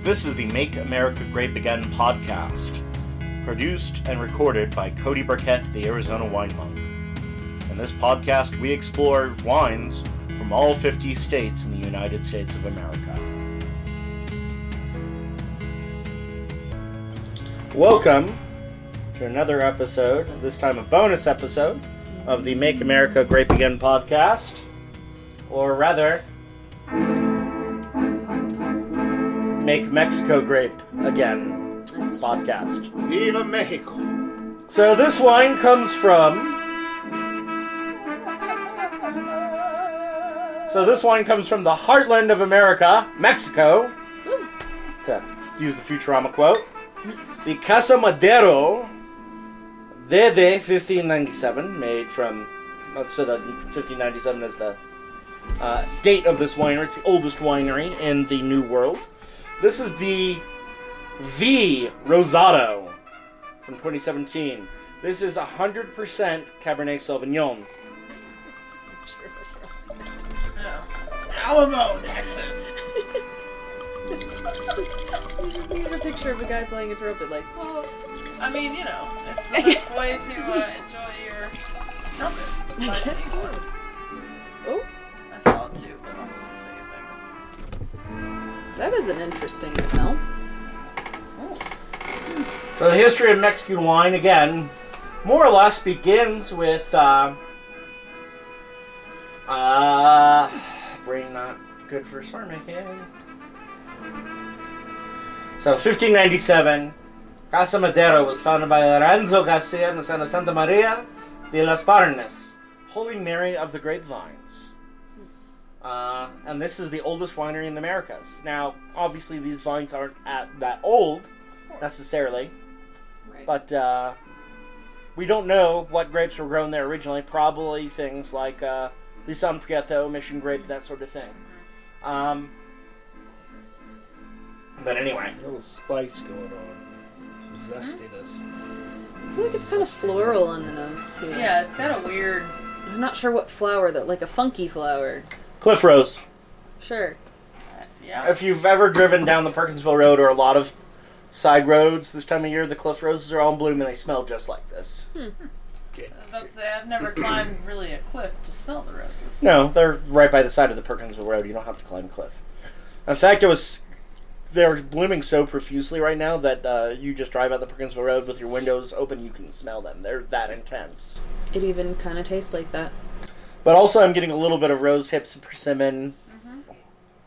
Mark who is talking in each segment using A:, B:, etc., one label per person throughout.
A: This is the Make America Grape Again podcast, produced and recorded by Cody Burkett, the Arizona Wine Monk. In this podcast, we explore wines from all 50 states in the United States of America. Welcome to another episode, this time a bonus episode of the Make America Grape Again podcast, or rather, Make Mexico Grape Again
B: That's true.
A: podcast.
C: Viva Mexico.
A: So this wine comes from. So this wine comes from the heartland of America, Mexico. To use the Futurama quote, the Casa Madero Dede 1597, made from. So the 1597 is the uh, date of this winery. It's the oldest winery in the New World. This is the V Rosado from 2017. This is 100% Cabernet Sauvignon.
C: Alamo, Texas.
B: You just needed a picture of a guy playing a trumpet, like, oh,
D: Well, I mean, you know, it's the best way to uh, enjoy your trumpet. By singing one.
B: oh,
D: I saw it too, but I didn't say anything.
B: that is an interesting smell.
A: So the history of Mexican wine, again, more or less begins with, uh, uh, brain not good for star making. So 1597, Casa Madero was founded by Lorenzo Garcia in the son of Santa Maria de las Parnes, Holy Mary of the Grapevines. Uh, and this is the oldest winery in the Americas. Now, obviously, these vines aren't at that old necessarily,
B: Right.
A: but uh, we don't know what grapes were grown there originally. Probably things like uh, the San Prieto, Mission grape, that sort of thing. Um, but anyway,
C: A little spice going on. Zestiness.
B: I feel like it's kind of floral on the nose too.
D: Yeah, it's got a weird.
B: I'm not sure what flower though, like a funky flower.
A: Cliff Rose.
B: Sure.
D: Yeah.
A: If you've ever driven down the Perkinsville Road or a lot of side roads this time of year, the Cliff Roses are all in bloom and they smell just like this.
D: I was about to say, I've never climbed really a cliff to smell the roses.
A: No, they're right by the side of the Perkinsville Road. You don't have to climb a cliff. In fact, it was they're blooming so profusely right now that uh, you just drive out the Perkinsville Road with your windows open, you can smell them. They're that intense.
B: It even kind of tastes like that.
A: But also, I'm getting a little bit of rose hips and persimmon,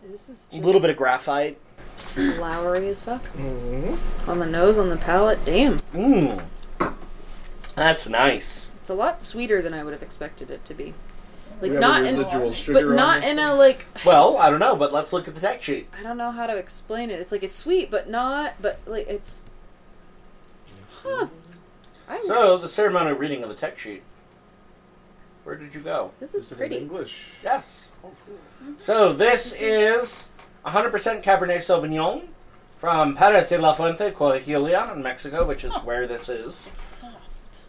B: This is
A: a
B: just
A: little bit of graphite.
B: flowery as fuck.
A: Mm-hmm.
B: On the nose, on the palate, damn.
A: Mmm, that's nice.
B: It's a lot sweeter than I would have expected it to be. Like
C: We have
B: not
C: a
B: in,
C: residual sugar
B: but
C: on
B: not
C: this
B: in
C: one.
B: a like.
A: Well, I don't know, but let's look at the tech sheet.
B: I don't know how to explain it. It's like it's sweet, but not. But like it's. Huh. I'm,
A: So, the ceremonial reading of the tech sheet. Where did you go?
B: this is
C: Is it in
B: pretty.
C: English.
A: Yes. So this is 100% Cabernet Sauvignon from Perez de la Fuente, Coahuila, in Mexico, which is where this is.
D: It's soft.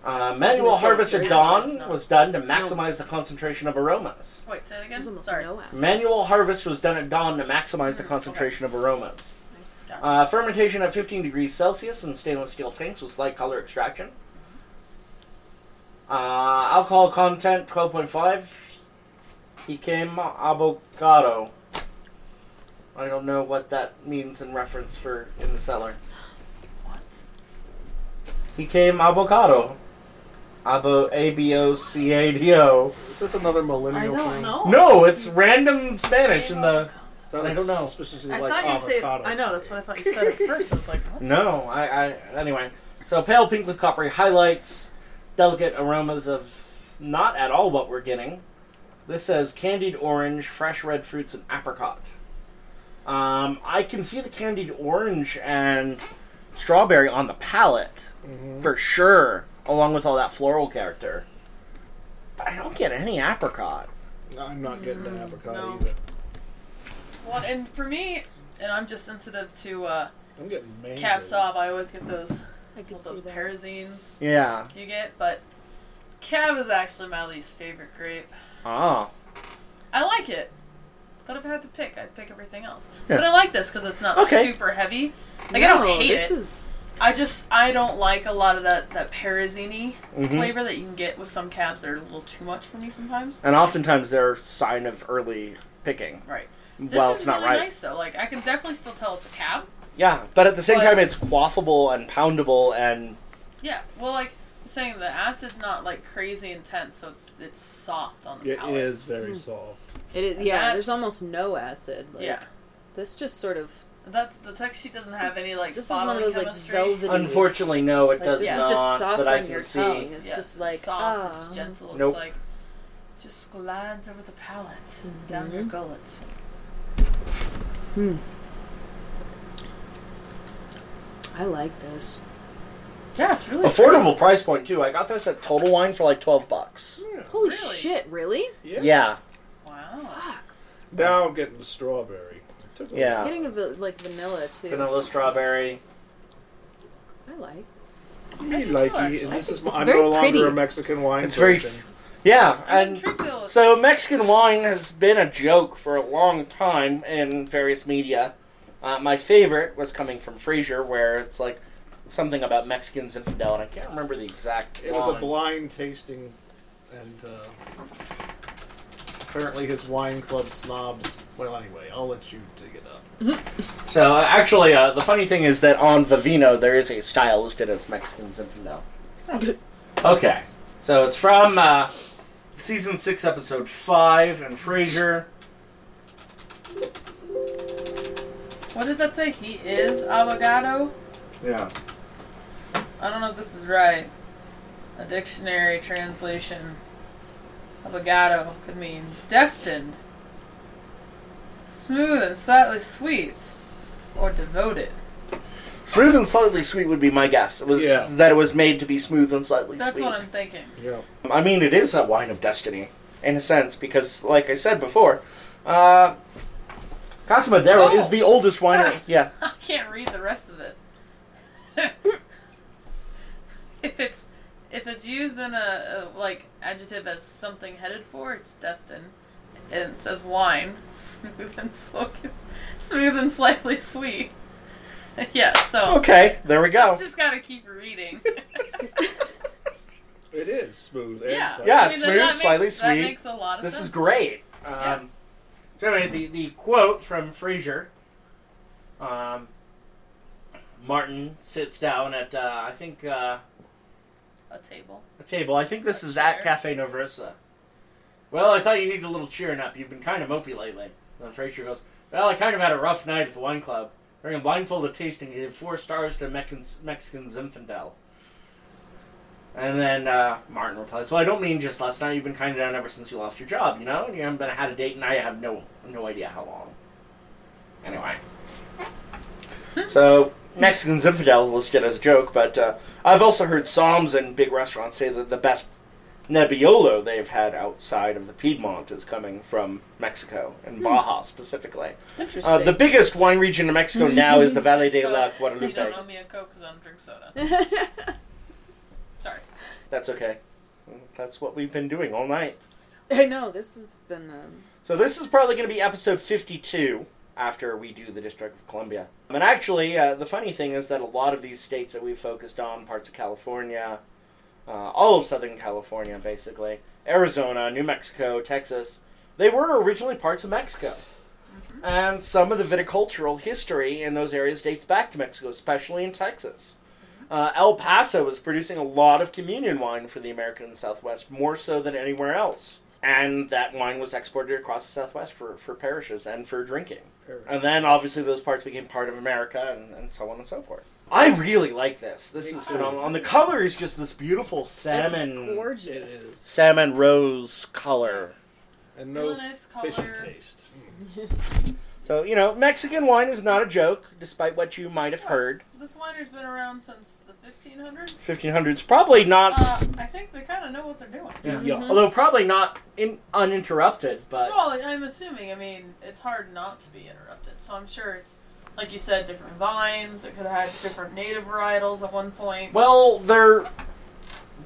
A: Uh, manual
B: say,
A: harvest at
B: it's-
A: dawn
D: it's-
A: was done to maximize the concentration of aromas.
D: Wait, say that
B: There's
D: again?
B: almost
D: Sorry.
B: no acid.
A: Manual harvest was done at dawn to maximize the concentration of aromas.
B: Nice.
A: Uh, fermentation at 15 degrees Celsius in stainless steel tanks with slight color extraction. Uh, alcohol content 12.5. He came avocado. I don't know what that means in reference for in the cellar.
D: What?
A: He came avocado. Abo A B O C A D O.
C: Is this another
D: I
C: millennial
D: don't
C: thing?
D: know.
A: No, it's random Spanish in the.
C: Sounded
A: I don't know.
C: Suspiciously
D: I
C: like
D: thought you said.
C: avocado.
D: I know, that's what I thought you said at first. I was like, what?
A: No, I, I anyway. So pale pink with coppery highlights, delicate aromas of not at all what we're getting. This says candied orange, fresh red fruits, and apricot. Um, I can see the candied orange and strawberry on the palate for sure, along with all that floral character. But I don't get any apricot.
C: I'm not getting
B: Mm,
C: the avocado
D: no.
C: either.
D: Well, and for me, and I'm just sensitive to uh,
C: I'm getting mango.
D: cab sauv, I always get those,
B: I can see
D: those
B: that.
D: parazines.
A: Yeah.
D: you get, but cab is actually my least favorite grape.
A: Ah.
D: I like it. But if I had to pick, I'd pick everything else.
A: Yeah.
D: But I like this because it's not
A: Okay.
D: super heavy. Like I
B: No,
D: don't hate
B: this
D: it.
B: is
D: I just I don't like a lot of that that parazzini
A: Mhm.
D: flavor that you can get with some cabs. They're a little too much for me sometimes.
A: And oftentimes they're a sign of early picking.
D: Right. This
A: well,
D: is
A: it's not
D: really
A: right.
D: nice though. Like I can definitely still tell it's a cab.
A: Yeah, but at the same
D: But-
A: time, it's quaffable and poundable and
D: Yeah. Well, like I'm saying, the acid's not like crazy intense, so it's it's soft on the
C: It
D: palate.
C: is
B: Mm.
C: very soft.
B: it is yeah. there's
D: That's-
B: almost no acid. Like,
D: Yeah.
B: This just sort of
D: That the text sheet doesn't have any like
B: this is one
D: bottling
B: of those like
D: chemistry.
B: velvety.
A: Unfortunately, no, it
B: like,
A: does
B: this
D: Yeah.
B: is just
A: not.
B: soft
A: that I
B: on
A: can
B: your
A: see.
B: tongue. It's
D: Yeah,
B: just like
D: soft.
B: ah.
D: It's gentle.
A: Nope.
D: It's like just glides over the palate down your
B: Mhm.
D: gullet.
B: I like this.
D: Yeah, it's really
A: Affordable price point too. I got this at Total Wine for like twelve bucks.
C: Yeah.
B: Holy
D: Really?
B: shit! Really?
A: Yeah,
D: Wow.
B: Fuck.
C: Now I'm getting the strawberry. It took a
A: Yeah.
B: I'm getting a va- like vanilla too.
A: Uh, vanilla strawberry.
B: I like.
C: little me likey, and this is my,
B: It's
C: I'm
B: very
C: no longer
B: pretty.
C: a Mexican wine.
A: It's very,
C: person.
A: f- yeah,
D: I'm
A: and
D: intrigued though.
A: so Mexican wine has been a joke for a long time in various media. Uh, my favorite was coming from Fraser, where it's like something about Mexicans and Fidel, and I can't remember the exact.
C: It was a
A: line.
C: blind tasting, and uh, apparently his wine club snobs. Well, anyway, I'll let you dig it up.
A: So uh, actually, uh, the funny thing is that on Vivino there is a style listed as Mexican Zinfandel. Okay, so it's from uh, season six, episode five, and Frasier.
D: What did that say? He is avocado.
A: Yeah.
D: I don't know if this is right. A dictionary translation. Avocado could mean destined, smooth and slightly sweet, or devoted.
A: Smooth and slightly sweet would be my guess. It was
C: Yeah.
A: that it was made to be smooth and slightly
D: That's
A: sweet.
D: what I'm thinking.
C: Yeah.
A: I mean, it is that wine of destiny in a sense because, like I said before, uh, Casamadero
D: Oh.
A: is the oldest winery. yeah.
D: I can't read the rest of this. if it's if it's used in a, a like adjective as something headed for, it's destined. And it says wine, smooth and slow, smooth and slightly sweet. yeah, so
A: Okay, there we go.
D: just gotta keep reading.
C: It is smooth. And
D: yeah,
C: soft.
A: Yeah,
D: that-
A: smooth,
D: that makes,
A: slightly
D: that
A: sweet.
D: makes a lot of
A: This
D: sense.
A: is great. Um,
D: Yeah.
A: So anyway, the, the quote from Frasier. Um, Martin sits down at uh, I think uh,
D: a table.
A: a table. I think this is
D: Chair.
A: at Cafe Noversa. Well, I thought you needed a little cheering up. You've been kind of mopey lately. Then Frasier goes, Well, I kind of had a rough night at the wine club. During a blindfolded tasting, you gave four stars to Mexican, Mexican Zinfandel. And then uh, Martin replies, "Well, I don't mean just last night. You've been kind of down ever since you lost your job, you know. And you haven't been had a date, and I have no no idea how long. Anyway, so Mexican Zinfandel is listed as a joke, but uh, I've also heard Psalms and big restaurants say that the best Nebbiolo they've had outside of the Piedmont is coming from Mexico and Baja specifically.
B: Interesting.
A: Uh, the biggest wine region in Mexico now is the Valle de la
D: But You
A: Guadalupe.
D: don't owe me a coke because I don't drink soda. Sorry.
A: That's okay. That's what we've been doing all night.
B: I know this has been. Um,
A: So this is probably going to be episode 52 after we do the District of Columbia. And actually, uh, the funny thing is that a lot of these states that we've focused on, parts of California, uh, all of Southern California, basically, Arizona, New Mexico, Texas, they were originally parts of Mexico. And some of the viticultural history in those areas dates back to Mexico, especially in Texas. Uh, El Paso was producing a lot of communion wine for the American Southwest, more so than anywhere else. And that wine was exported across the Southwest for, for parishes and for drinking. And then obviously those parts became part of America and, and so on and so forth. I really like this. This
C: Me
A: is
C: too.
A: phenomenal. And the color is just this beautiful
B: that's
A: salmon
B: gorgeous.
C: It is.
A: salmon rose color.
C: And no
D: Really nice
C: fishy
D: color.
C: taste. Mm.
A: So, you know, Mexican wine is not a joke, despite what you might have heard.
D: This winery's been around since the 1500s.
A: 1500s, probably not,
D: Uh, I think they kind of know what they're doing.
A: Yeah.
C: Yeah.
A: although probably not in, uninterrupted, but.
D: Well, I'm assuming. I mean, it's hard not to be interrupted. So I'm sure it's, like you said, different vines. It could have had different native varietals at one point.
A: Well, they're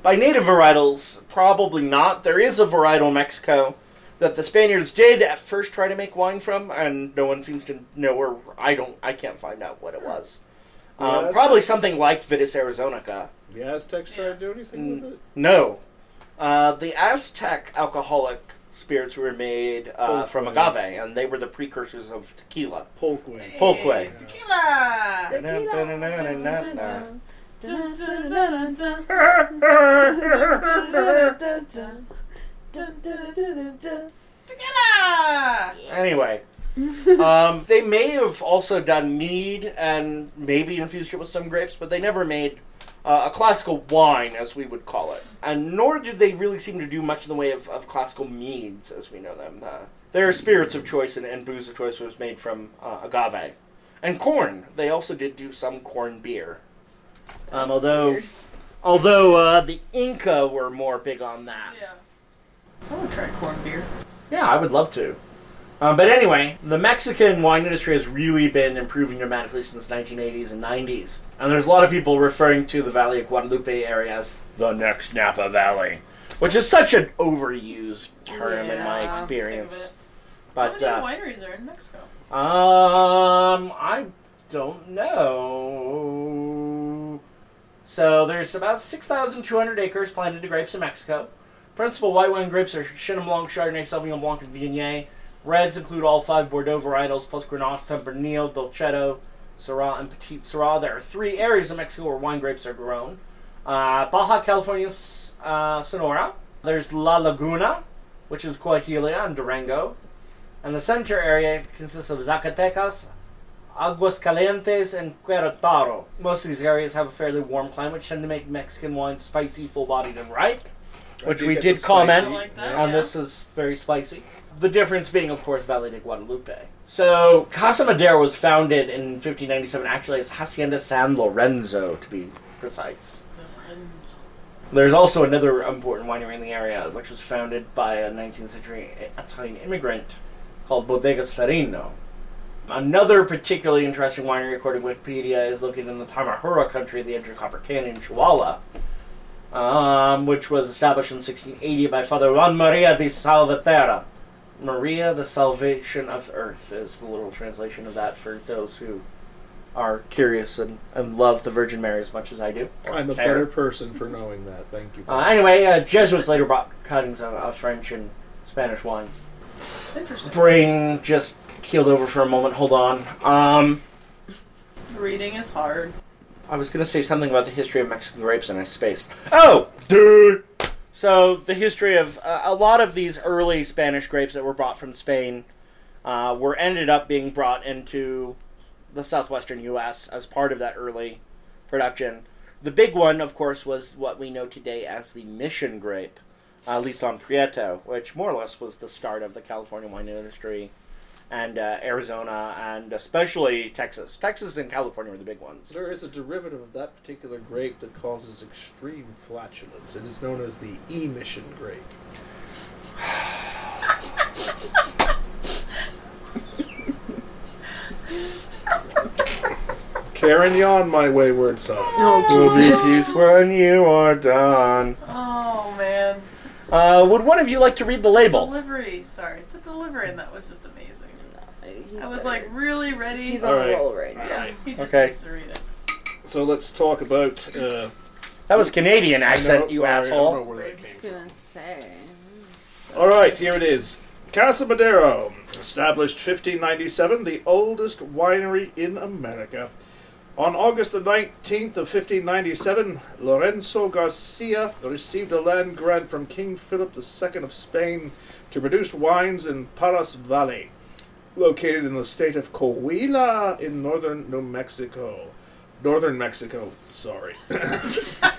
A: by native varietals, probably not. There is a varietal in Mexico that the Spaniards did at first try to make wine from, and no one seems to know, or I don't, I can't find out what it was.
C: Hmm. Yeah,
A: Um,
C: that's-
A: probably something like Vitis arizonica.
D: Mm-hmm.
C: The Aztecs tried to do anything with it?
A: No. Uh, the Aztec alcoholic spirits were made uh,
C: Pulque.
A: from agave, and they were the precursors of tequila.
C: Polk wing.
D: Hey,
A: Polkway.
D: Tequila! Tequila!
A: Anyway, um, they may have also done mead and maybe infused it with some grapes, but they never made uh, a classical wine, as we would call it. And nor did they really seem to do much in the way of, of classical meads, as we know them. Uh, their spirits of choice and, and booze of choice was made from uh, agave. And corn. They also did do some corn beer. Um, although
B: weird.
A: although uh, the Inca were more big on that.
D: Yeah. I want to try corned beer.
A: Yeah, I would love to. Um, but anyway, the Mexican wine industry has really been improving dramatically since 1980s and 90s. And there's a lot of people referring to the Valley of Guadalupe area as the next Napa Valley, which is such an overused term in my
D: Yeah, I'm sick of
A: experience.
D: it.
A: But
D: How
A: uh,
D: many wineries are in Mexico?
A: um, I don't know. So there's about 6,200 acres planted to grapes in Mexico. Principal white wine grapes are Chenin Blanc, Chardonnay, Sauvignon Blanc, and Viognier. Reds include all five Bordeaux varietals, plus Grenache, Tempranillo, Dolcetto, Syrah, and Petit Syrah. There are three areas of Mexico where wine grapes are grown. Uh, Baja California, S- uh, Sonora. There's La Laguna, which is Coahuila and Durango. And the center area consists of Zacatecas, Aguascalientes, and Querétaro. Most of these areas have a fairly warm climate, which tend to make Mexican wine spicy, full-bodied, and ripe. Which
C: I
A: we
C: think
A: did
C: it's a
A: comment
C: spicy-
D: Like that.
C: yeah.
A: And this is very spicy. The difference being, of course, Valle de Guadalupe. So Casa Madera was founded in 1597, actually as Hacienda San Lorenzo, to be precise. There's also another important winery in the area, which was founded by a 19th century Italian immigrant called Bodegas Farino. Another particularly interesting winery, according to Wikipedia, is located in the Tamahura country, the edge of Copper Canyon, Chihuahua, um, which was established in 1680 by Father Juan Maria de Salvatera. Maria, the salvation of earth, is the literal translation of that for those who are curious and, and love the Virgin Mary as much as I do.
C: I'm a
A: Care.
C: better person for knowing that. Thank you.
A: Uh, anyway, uh, Jesuits later brought cuttings of, of French and Spanish wines.
D: Interesting.
A: Brain just keeled over for a moment. Hold on. Um,
D: Reading is hard.
A: I was going to say something about the history of Mexican grapes, and I spaced. Oh, dude. So the history of uh, a lot of these early Spanish grapes that were brought from Spain uh, were ended up being brought into the southwestern U.S. as part of that early production. The big one, of course, was what we know today as the Mission grape, uh, Lison Prieto, which more or less was the start of the California wine industry, and uh, Arizona, and especially Texas. Texas and California were the big ones.
C: There is a derivative of that particular grape that causes extreme flatulence. It is known as the emission grape. Karen yawn my wayward son.
B: Oh,
A: Will be
B: Jesus.
A: peace when you are done.
D: Oh man.
A: Uh, would one of you like to read the label?
D: Delivery. Sorry, the delivery and that was just amazing.
B: He's
D: I was
B: better.
D: like really ready.
B: he's
C: All
B: on
C: right.
B: a roll right now.
D: yeah, he just
A: Okay.
D: needs to read it.
C: So let's talk about. Uh,
A: That was Canadian accent,
C: I know-
A: you
C: sorry, I don't know
A: asshole.
C: where that came
B: just
C: from.
B: gonna say.
C: All right, here it is. Casa Madero, established 1597, the oldest winery in America. On August the 19th of 1597, Lorenzo Garcia received a land grant from King Philip II of Spain to produce wines in Paras Valley, located in the state of Coahuila in northern New Mexico. Northern Mexico, sorry.
D: I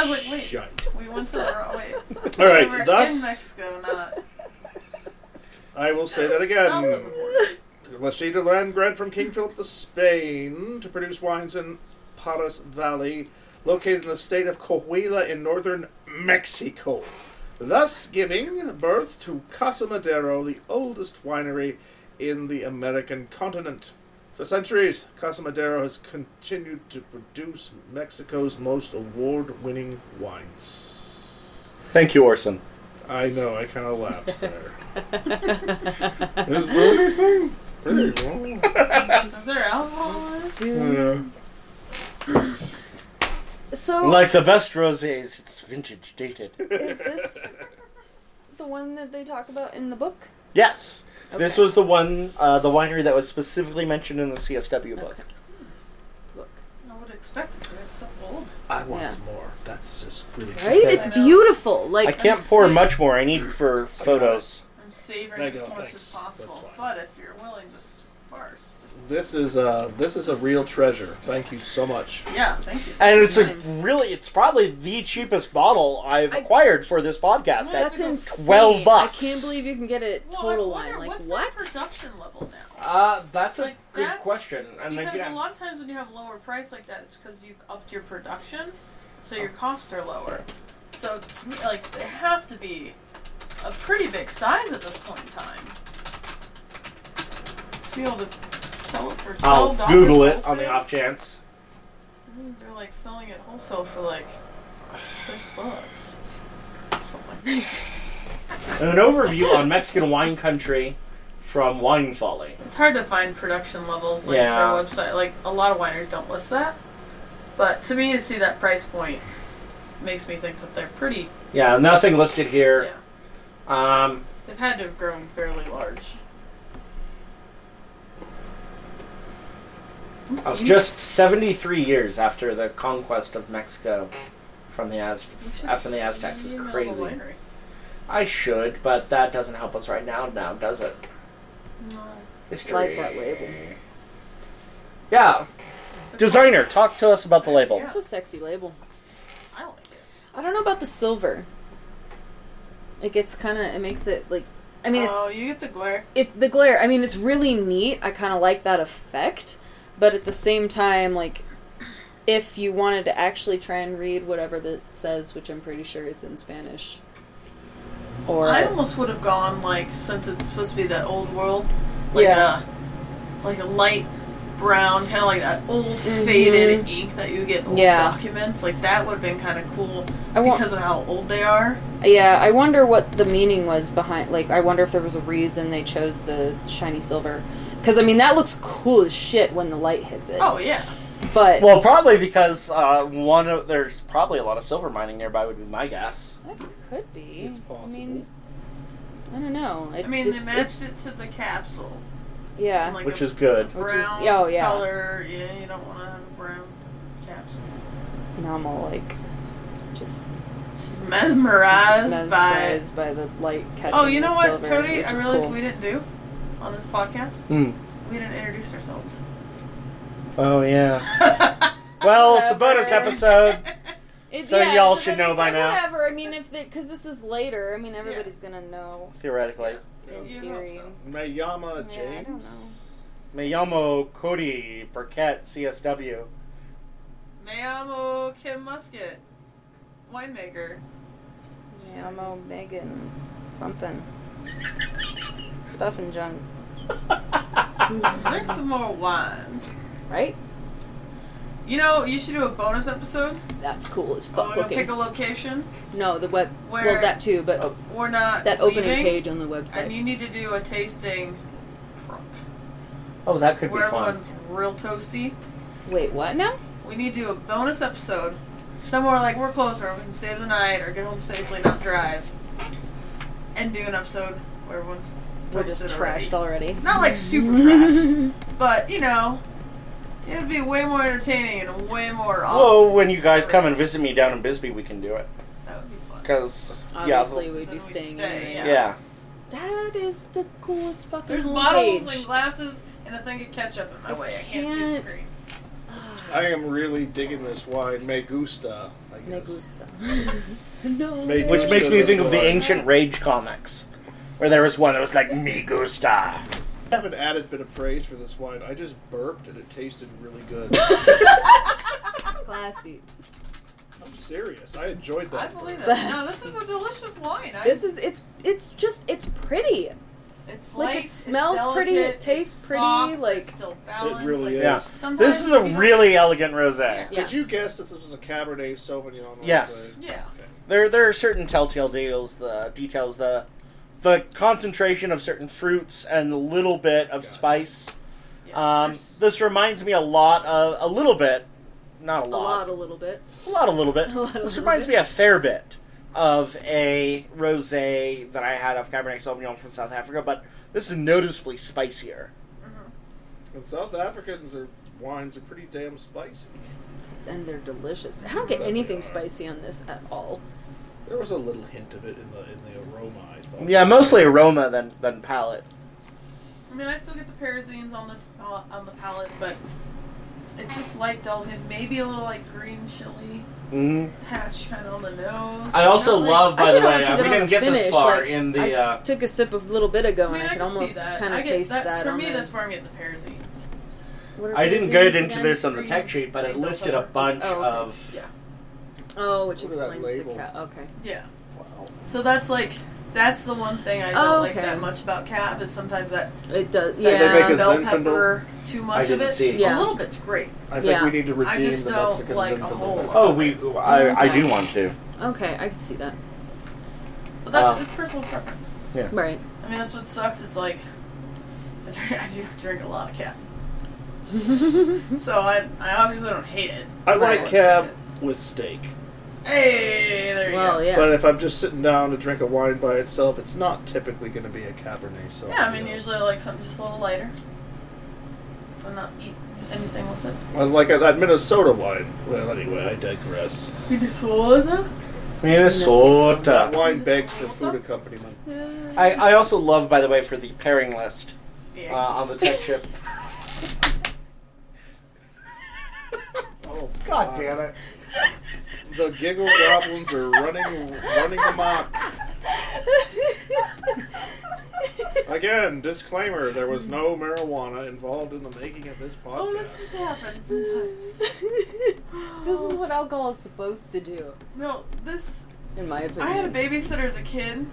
D: was like, wait,
C: Shite.
D: we went to the wrong way.
C: All
D: We were
C: right,
D: in
C: thus,
D: Mexico, not
C: I will say that
D: south of the
C: again.
D: border.
C: Received a land grant from King Philip of Spain to produce wines in Paras Valley, located in the state of Coahuila in northern Mexico, thus giving birth to Casa Madero, the oldest winery in the American continent. For centuries, Casa Madero has continued to produce Mexico's most award winning wines.
A: Thank you, Orson.
C: I know, I kind of lapsed there.
E: Is Brody thing? Pretty well.
D: Is there alcohol? in it?
B: Dude.
E: Yeah.
B: So
A: Like the best rosés, it's vintage dated.
B: is this the one that they talk about in the book?
A: Yes. This
B: Okay.
A: was the one, uh, the winery that was specifically mentioned in the CSW book.
B: Okay. Look.
D: I would expect it. but It's so old.
F: I want
B: Yeah.
F: some more. That's just really
B: Right? It's
D: I know.
B: beautiful.
A: I
B: Like
A: can't
D: I'm
A: pour
D: so-
A: much more. I need for photos.
D: I'm savoring
C: There you
D: as
C: go,
D: much
C: thanks.
D: as
C: That's
D: possible.
C: fine.
D: But if you're willing to sparse, just
C: This is uh, this is a real treasure. Thank you so much.
D: yeah, thank you.
A: And it's a
B: Nice.
A: really, it's probably the cheapest bottle I've
B: I-
A: acquired for this podcast.
D: That's
B: that's
D: like
B: insane.
A: 12 bucks.
B: I can't believe you can get it at
D: Well, I
B: total
D: wonder
B: wine. Like
D: what's
B: what?
D: the production level now?
A: uh, that's
D: Like, that's-
A: And
D: because
A: again,
D: a lot of times when you have lower price like that, it's because you've upped your production, so
A: Oh.
D: your costs are lower. So to me, like they have to be a pretty big size at this point in time to be able to sell it for
A: I'll
D: twelve dollars.
A: Google it on the off chance.
D: means they're like selling it wholesale for like six bucks. Something.
A: And an overview on Mexican wine country from Wine Folly.
D: It's hard to find production levels like
A: Yeah.
D: their website. Like a lot of wineries don't list that. But to me to see that price point makes me think that they're pretty
A: Yeah, nothing listed
D: yeah.
A: here. Um,
D: They've had to have grown fairly large.
A: of Oh, just 73 years after the conquest of Mexico from the, Az- from the Aztecs is
D: Email the
A: crazy.
D: winery.
A: I should, but that doesn't help us right now. Now, does it?
D: No.
A: History.
B: Like that label.
A: Yeah.
D: It's a-
A: Designer, talk to us about the label.
D: Yeah.
B: It's a sexy label.
D: I like it.
B: I don't know about the silver. It gets kind of. It makes it like. I mean, it's
D: oh, you get the glare.
B: it's the glare. I mean, it's really neat. I kind of like that effect, but at the same time, like, if you wanted to actually try and read whatever that says, which I'm pretty sure it's in Spanish, or
D: I almost would have gone like since it's supposed to be that old world, like
B: Yeah.
D: a like a light brown, kind of like that old
B: Mhm.
D: faded ink that you get in old
B: Yeah.
D: documents. Like that would have been kind of cool
B: I won't-
D: because of how old they are.
B: yeah, I wonder what the meaning was behind. Like, I wonder if there was a reason they chose the shiny silver, because I mean that looks cool as shit when the light hits it.
D: Oh yeah,
B: but
A: Well, probably because uh, one of there's probably a lot of silver mining nearby would be my guess.
B: that could be.
C: It's possible.
B: I mean, I don't know. It
D: I mean
B: just-
D: they matched it to the capsule,
B: yeah.
D: like
A: Which
D: a
A: is good.
B: Which is-
D: brown
B: oh, yeah.
D: color. Yeah, you don't want to have a brown capsule.
B: normal, like just
D: She's mesmerized, by.
B: mesmerized by the light catching.
D: Oh, you
B: the
D: know what,
B: silver,
D: Cody?
B: which
D: I
B: is
D: realized
B: cool.
D: we didn't do on this podcast.
A: Hmm.
D: We didn't introduce ourselves.
A: Oh yeah. Well, it's a bonus
D: Whatever.
A: episode.
B: It's-
A: so
B: yeah,
A: y'all
B: it's-
A: should
B: but
A: know
B: it's
A: by
B: like,
A: now.
B: Whatever. I mean, if because this is later, I mean everybody's gonna know.
A: Theoretically,
D: Yeah,
B: in
D: you hope
B: theory.
D: so.
C: Mayama
B: Yeah, I don't
C: James.
A: me llamo Cody Burkett CSW.
D: Me llamo Kim Musket, winemaker.
B: Yeah, I'm a Megan something. Stuff and junk,
D: Drink some more wine.
B: right?
D: You know, you should do a bonus episode.
B: That's cool as
D: I'm
B: fuck
D: gonna
B: looking.
D: pick Oh, a location.
B: no, the web.
D: Where-
B: well, that too, but
D: We're not
B: that opening
D: leaving,
B: page on the
D: and
B: website.
D: you need to do a tasting drunk
A: Oh, that could be
D: where
A: fun.
D: everyone's real toasty.
B: Wait, what now?
D: We need to do a bonus episode somewhere like we're closer. We can stay the night or get home safely, not drive, and do an episode where everyone's
B: We're just
D: toasted already.
B: trashed already.
D: Not like super trashed, but you know, it'd be way more entertaining and way more. Off.
A: Well, when you guys come and visit me down in Bisbee, we can do it.
D: That would be fun.
A: Cause
B: Obviously,
A: yeah,
B: we'd
D: Then
B: be
D: we'd
B: staying.
D: stay,
B: anyways.
D: yeah.
A: yeah.
B: That is the coolest fucking
D: There's
B: homepage.
D: bottles and glasses and a thing of ketchup in my way. I can't, shoot
B: can't-
D: screen.
C: I am really digging this wine. Me gusta, I
B: Me
C: guess.
B: gusta. no.
C: Make-
A: Which
C: Yeah.
A: makes me think of the
C: Yeah.
A: ancient Rage comics, where there was one that was like "Me gusta."
C: I have an added bit of praise for this wine. I just burped and it tasted really good.
B: classy.
C: I'm serious. I enjoyed
D: I
C: that.
D: believe it.
C: burp.
D: No, this is a delicious wine. I,
B: This is it's it's just it's pretty.
D: it's
B: like, it
D: light, it's
B: smells pretty, it
D: delicate,
B: tastes
D: it's
B: pretty,
D: soft,
B: like-
D: it's still balanced.
C: It really
D: like,
A: Yeah.
C: is.
D: Sometimes
A: This is a
D: you don't-
A: really elegant rosé.
D: Yeah.
B: Yeah.
C: Did you guess that this was a Cabernet Sauvignon?
A: Yes.
D: Yeah.
C: Okay.
A: There, there are certain telltale deals, the details, the the concentration of certain fruits and a little bit of
C: Gotcha.
A: spice.
D: Yeah,
A: Um,
D: there's-
A: this reminds me a lot of a little bit, not a
B: A
A: lot,
B: lot, a little bit.
A: a lot, a little bit.
B: A lot, a
A: this
B: little
A: reminds
B: bit.
A: me a fair bit of a rosé that I had of Cabernet Sauvignon from South Africa, but this is noticeably spicier.
C: And South Africans are wines are pretty damn spicy.
B: And they're delicious. I don't get anything spicy on this at all.
C: There was a little hint of it in the in the aroma. I thought.
A: Yeah, mostly aroma than than palate.
D: I mean, I still get the parazines on the t- uh, on the palate, but it's just light dull hint. Maybe a little like green chili
A: Mm-hmm.
D: patch kind of on the nose.
A: I also
D: You know, like-
A: love, by
B: I
A: the
B: could
A: way,
B: honestly
A: uh,
B: get
A: we
B: on
A: didn't
B: the
A: get this
B: finish,
A: far
B: like,
A: in the.
B: I
A: uh,
B: took a sip of a little bit ago,
D: I mean,
B: and I,
D: I
B: could
D: can see
B: almost
D: that.
B: kind
D: I
B: of
D: get
B: taste that.
D: that. For
B: on
D: me,
B: the-
D: that's where I'm getting the parazines.
B: What are
A: I didn't
B: those
A: get
B: names
A: into
B: again?
A: this on the
D: Green-
A: tech sheet, but it
D: green
A: listed a
D: pepper.
A: bunch
B: Oh, okay.
A: of.
D: Yeah,
B: Oh, which
E: Look at that
B: explains the
E: label.
B: cat. Okay.
D: yeah.
E: Wow.
D: So that's like that's the one thing I don't
B: Oh,
D: like
B: okay.
D: that much about cab is sometimes that,
B: It does.
D: that
B: Yeah.
E: they make a
D: bell
E: Zinfandel?
D: pepper too
A: I
D: much of
A: didn't
D: it.
A: see.
D: A
B: Yeah.
D: little bit's great.
E: I think
B: Yeah.
E: we need to
D: I
E: redeem
D: just
E: the
D: don't
E: Mexicans
D: like
E: in
D: a
E: for
D: whole
E: that.
D: lot.
A: Oh, we. I, I do want to.
B: okay, I can see that.
D: But that's
A: Um,
D: it's personal preference.
B: Right.
D: I mean, that's what sucks. It's like I, drink, I do drink a lot of cat, so I I obviously don't hate it.
C: I like
B: Right.
C: cab with steak,
D: Hey, there you
B: well,
D: go.
B: yeah.
C: but uh, if I'm just sitting down to drink a wine by itself, it's not typically going to be a Cabernet. So
D: Yeah, I mean, usually I like something just a little lighter. I'm not eating anything with it.
C: Well, like that Minnesota wine. Well, anyway, I digress.
D: Minnesota.
A: Minnesota.
E: uh,
C: That wine begs for food accompaniment.
A: I, I also love, by the way, for the pairing list uh,
D: Yeah.
A: on the tech chip.
C: Oh,
E: God damn it.
C: The giggle goblins are running running amok. Again, disclaimer: there was no marijuana involved in the making of this podcast.
D: oh, this just happens sometimes.
B: this is what alcohol is supposed to do,
D: No, this.
B: in my opinion.
D: I had a babysitter as a kid.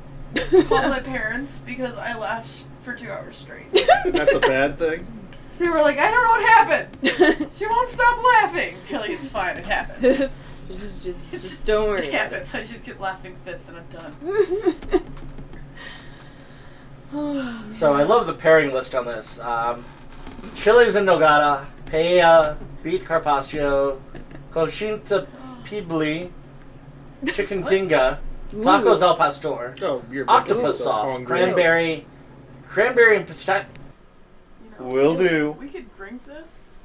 D: Called my parents because I laughed for two hours straight.
C: That's a bad thing.
D: They were like, "I don't know what happened. She won't stop laughing." They're like, "It's fine. It happens.
B: just, just, just don't worry
D: It
B: about
D: happens. I just get laughing fits and I'm done."
B: it. oh,
A: so I love the pairing list on this. Um, Chiles and Nogada, Paella, Beet Carpaccio, Cochinta Pibli, Chicken Tinga, Tacos Al Pastor,
C: Oh, you're
A: Octopus
B: so
A: Sauce, Cranberry, Cranberry and Pistachio.
D: You know,
A: Will
D: we could-
A: do.
D: We could drink this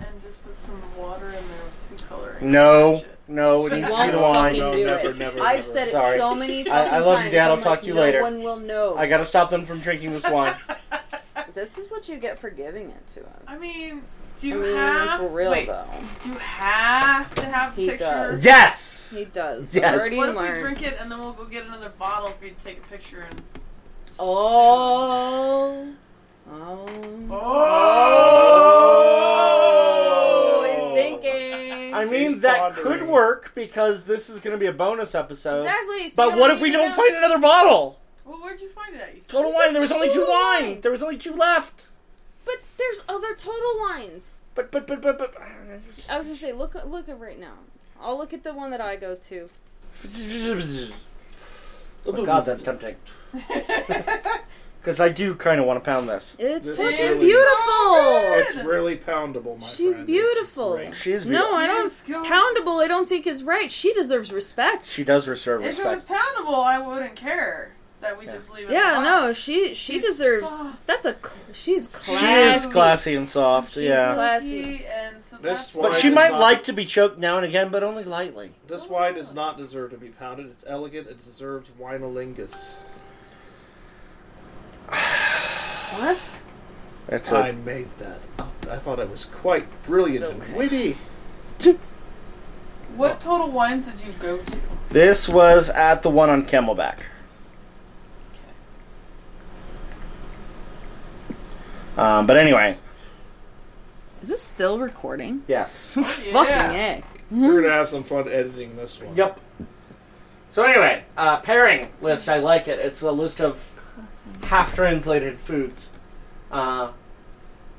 D: and just put some water in there with food coloring.
A: No,
D: Shit.
A: no, it needs to be
B: Won't
A: the wine.
B: fucking
C: No,
B: do
C: never,
B: it.
C: never, never.
B: I've said
A: Sorry.
B: it so many fucking
A: I- I love you,
B: times,
A: Dad. I'll
B: I'm
A: talk
B: like,
A: to you
B: no
A: later."
B: one will know.
A: I gotta stop them from drinking this wine.
B: this is what you get for giving it to us.
D: I mean, do
B: I
D: you
B: mean,
D: have
B: for real
D: wait,
B: though.
D: Do you have to have
B: He
D: pictures?
B: does.
A: yes!
B: He does.
A: Yes.
B: Already
D: What if we
B: learned.
D: drink it and then we'll go get another bottle for you to take a picture and.
B: Oh. Oh.
D: Oh!
B: He's thinking.
A: I mean,
C: He's
A: that
C: pondering.
A: could work because this is going to be a bonus episode.
B: exactly. so you
A: But what if we
B: even
A: don't
B: know-
A: find another bottle?
D: Well, where'd you find it at? You said-
A: Total
B: There's
A: wine.
B: like
A: There was only
B: two
A: two wine.
B: wine.
A: There was only two left.
B: But there's other total wines.
A: But but but but but.
B: I was gonna say, look, look at right now. I'll look at the one that I go to.
A: Oh God, that's tempting. Because I do kind of want to pound this.
B: It's
C: This is
B: fucking
C: really-
B: beautiful.
C: It's really poundable, my
B: She's
C: friend. It's
B: beautiful.
C: great.
A: She's
B: No, I don't.
D: Yes, go-
B: Poundable, I don't think is right. She deserves respect.
A: She does reserve
D: If it was
A: respect. poundable,
D: poundable, I wouldn't care that we just leave it.
B: Yeah,
D: alone.
B: no, she she
D: She's
B: deserves.
D: soft.
B: That's a cl- she's classy.
A: She is classy and soft.
B: She's
A: Yeah.
B: Classy.
D: And so
C: This
D: that's
C: one-
A: But she
C: Wine is
A: might
C: not-
A: like to be choked now and again, but only lightly.
C: This wine does not deserve to be pounded. It's elegant. It deserves winolingus.
B: What?
A: That's
C: I made that up. I thought it was quite brilliant
B: Okay.
C: and witty.
D: What total wines did you go to?
A: This was at the one on Camelback. Um, but anyway,
B: Is this still recording?
A: yes.
B: Fucking egg.
C: We're gonna have some fun editing this one.
A: yep. So anyway, uh, pairing list. I like it. It's a list of half translated foods. Uh,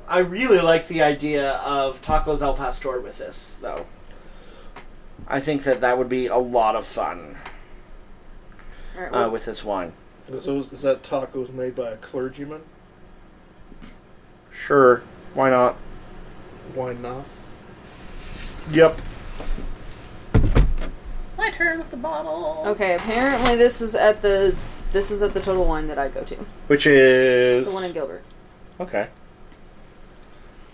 A: I really like the idea of tacos al pastor with this, though. I think that that would be a lot of fun.
B: All right,
A: uh,
B: well,
A: with his wine.
C: Is, those, is that tacos made by a clergyman?
A: Sure, why not?
C: Why not?
A: Yep.
D: My turn with the bottle.
B: okay. Apparently, this is at the this is at the total wine that I go to,
A: Which is
B: the one in Gilbert.
A: okay.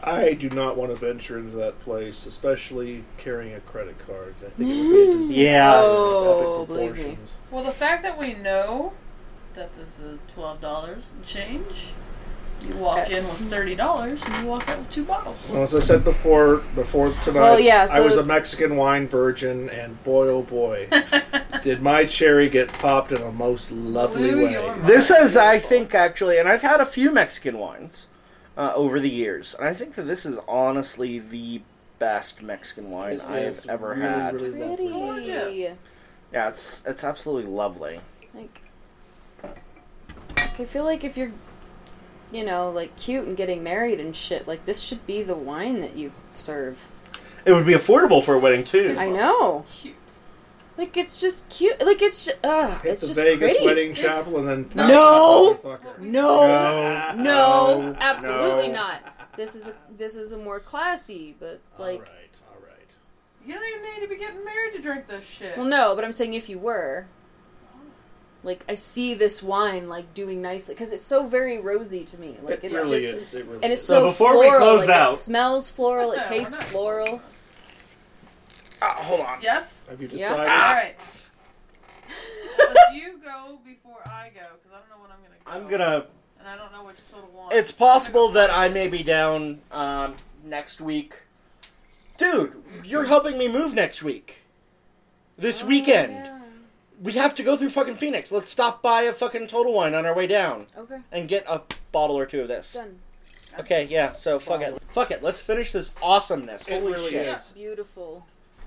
C: I do not want to venture into that place, especially carrying a credit card. I think it would be a disaster
A: Yeah.
C: of epic
B: Oh, believe me.
C: proportions.
D: Well, the fact that we know that this is twelve dollars and change, you walk in with thirty dollars and you walk out with two bottles.
C: Well, as I said before, before tonight,
B: Well, yeah,
C: I
B: so
C: was a
B: it's-
C: Mexican wine virgin, and boy, oh boy, did my cherry get popped in a most lovely
D: Blew
C: way.
D: your
A: This is, I think, actually, and I've had a few Mexican wines uh, over the years, and I think that this is honestly the best Mexican wine I
C: It
A: have
C: is
A: ever
C: really,
A: had.
C: really lovely.
D: Gorgeous.
A: Yeah, it's it's absolutely lovely.
B: Like, like, I feel like if you're, you know, like cute and getting married and shit, like this should be the wine that you serve.
A: It would be affordable for a wedding too.
B: I know.
D: It's cute.
B: Like it's just cute. Like it's just, uh,
C: Hit
B: it's
C: the
B: just
C: Vegas
B: pretty.
C: wedding
D: It's-
C: chapel, and then
B: No!
C: Motherfucker.
B: No,
C: No.
B: no,
A: No.
B: absolutely
A: No.
B: not. This is a this is a more classy, but like,
C: all right, all right.
D: You don't even need to be getting married to drink this shit.
B: well, no. But I'm saying if you were, like, I see this wine like doing nicely because it's so very rosy to me. Like
C: it
B: it's
C: really
B: just
C: is. It really
B: and it's
F: So
B: so,
F: before we
B: floral.
F: close
B: like,
F: out-
B: it smells floral.
D: No,
B: It
D: we're
B: tastes
D: not.
B: floral.
A: Ah, hold on.
D: Yes.
C: is. Have you
B: Yeah.
C: decided?
A: Ah.
D: All right. Well, you go before I go because I don't know when I'm gonna go.
A: I'm gonna.
D: And I don't know which total one.
A: It's possible that I may be down um, next week. Dude, you're helping me move next week. This
C: Oh,
A: weekend, we have to go through fucking Phoenix. Let's stop by a fucking Total Wine on our way down.
B: Okay,
A: and get a bottle or two of this.
B: done.
A: Okay, yeah. So fuck it, fuck it. Let's finish this awesomeness.
C: It
A: Holy
C: really
A: shit.
C: is.
B: Beautiful.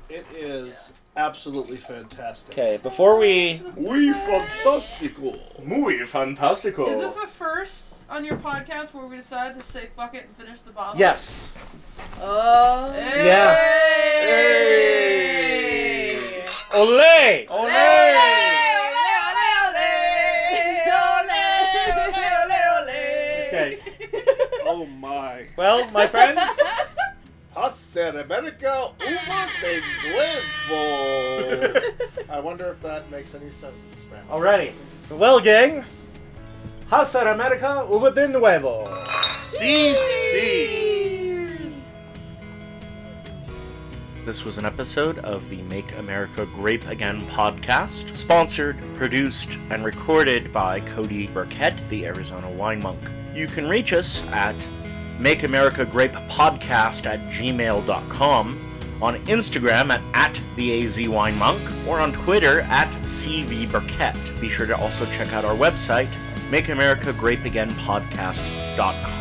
C: It is absolutely fantastic.
A: Okay, before we
C: We fantastical.
F: Muy fantastico.
D: Is this the first on your podcast where we decide to say fuck it and finish the bottle?
A: yes,
B: Oh,
D: Hey!
A: Yeah.
D: Hey!
A: ole.
D: Ole!
A: Okay.
C: Oh my.
A: Well, my friends,
C: Hacer America Uva de Nuevo. I wonder if that makes any sense in Spanish.
A: alrighty. Well, gang. Hasar America uva de nuevo. This was an episode of the Make America Grape Again podcast, sponsored, produced, and recorded by Cody Burkett, the Arizona Wine Monk. You can reach us at makeamericagratepodcast at gmail.com, on Instagram at, at the AZ Wine Monk, or on Twitter at CV Burkett. Be sure to also check out our website, makeamericagratepagainpodcast.com.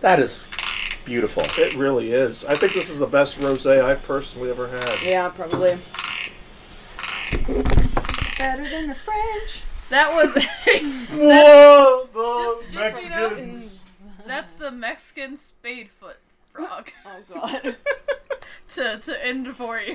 A: That is beautiful.
C: It really is. I think this is the best rosé I've personally ever had.
B: yeah, probably. Better than the French.
D: That was
A: Whoa! The
D: just, just so you know, that's the Mexican spade foot frog
B: Oh God.
D: to to end for you.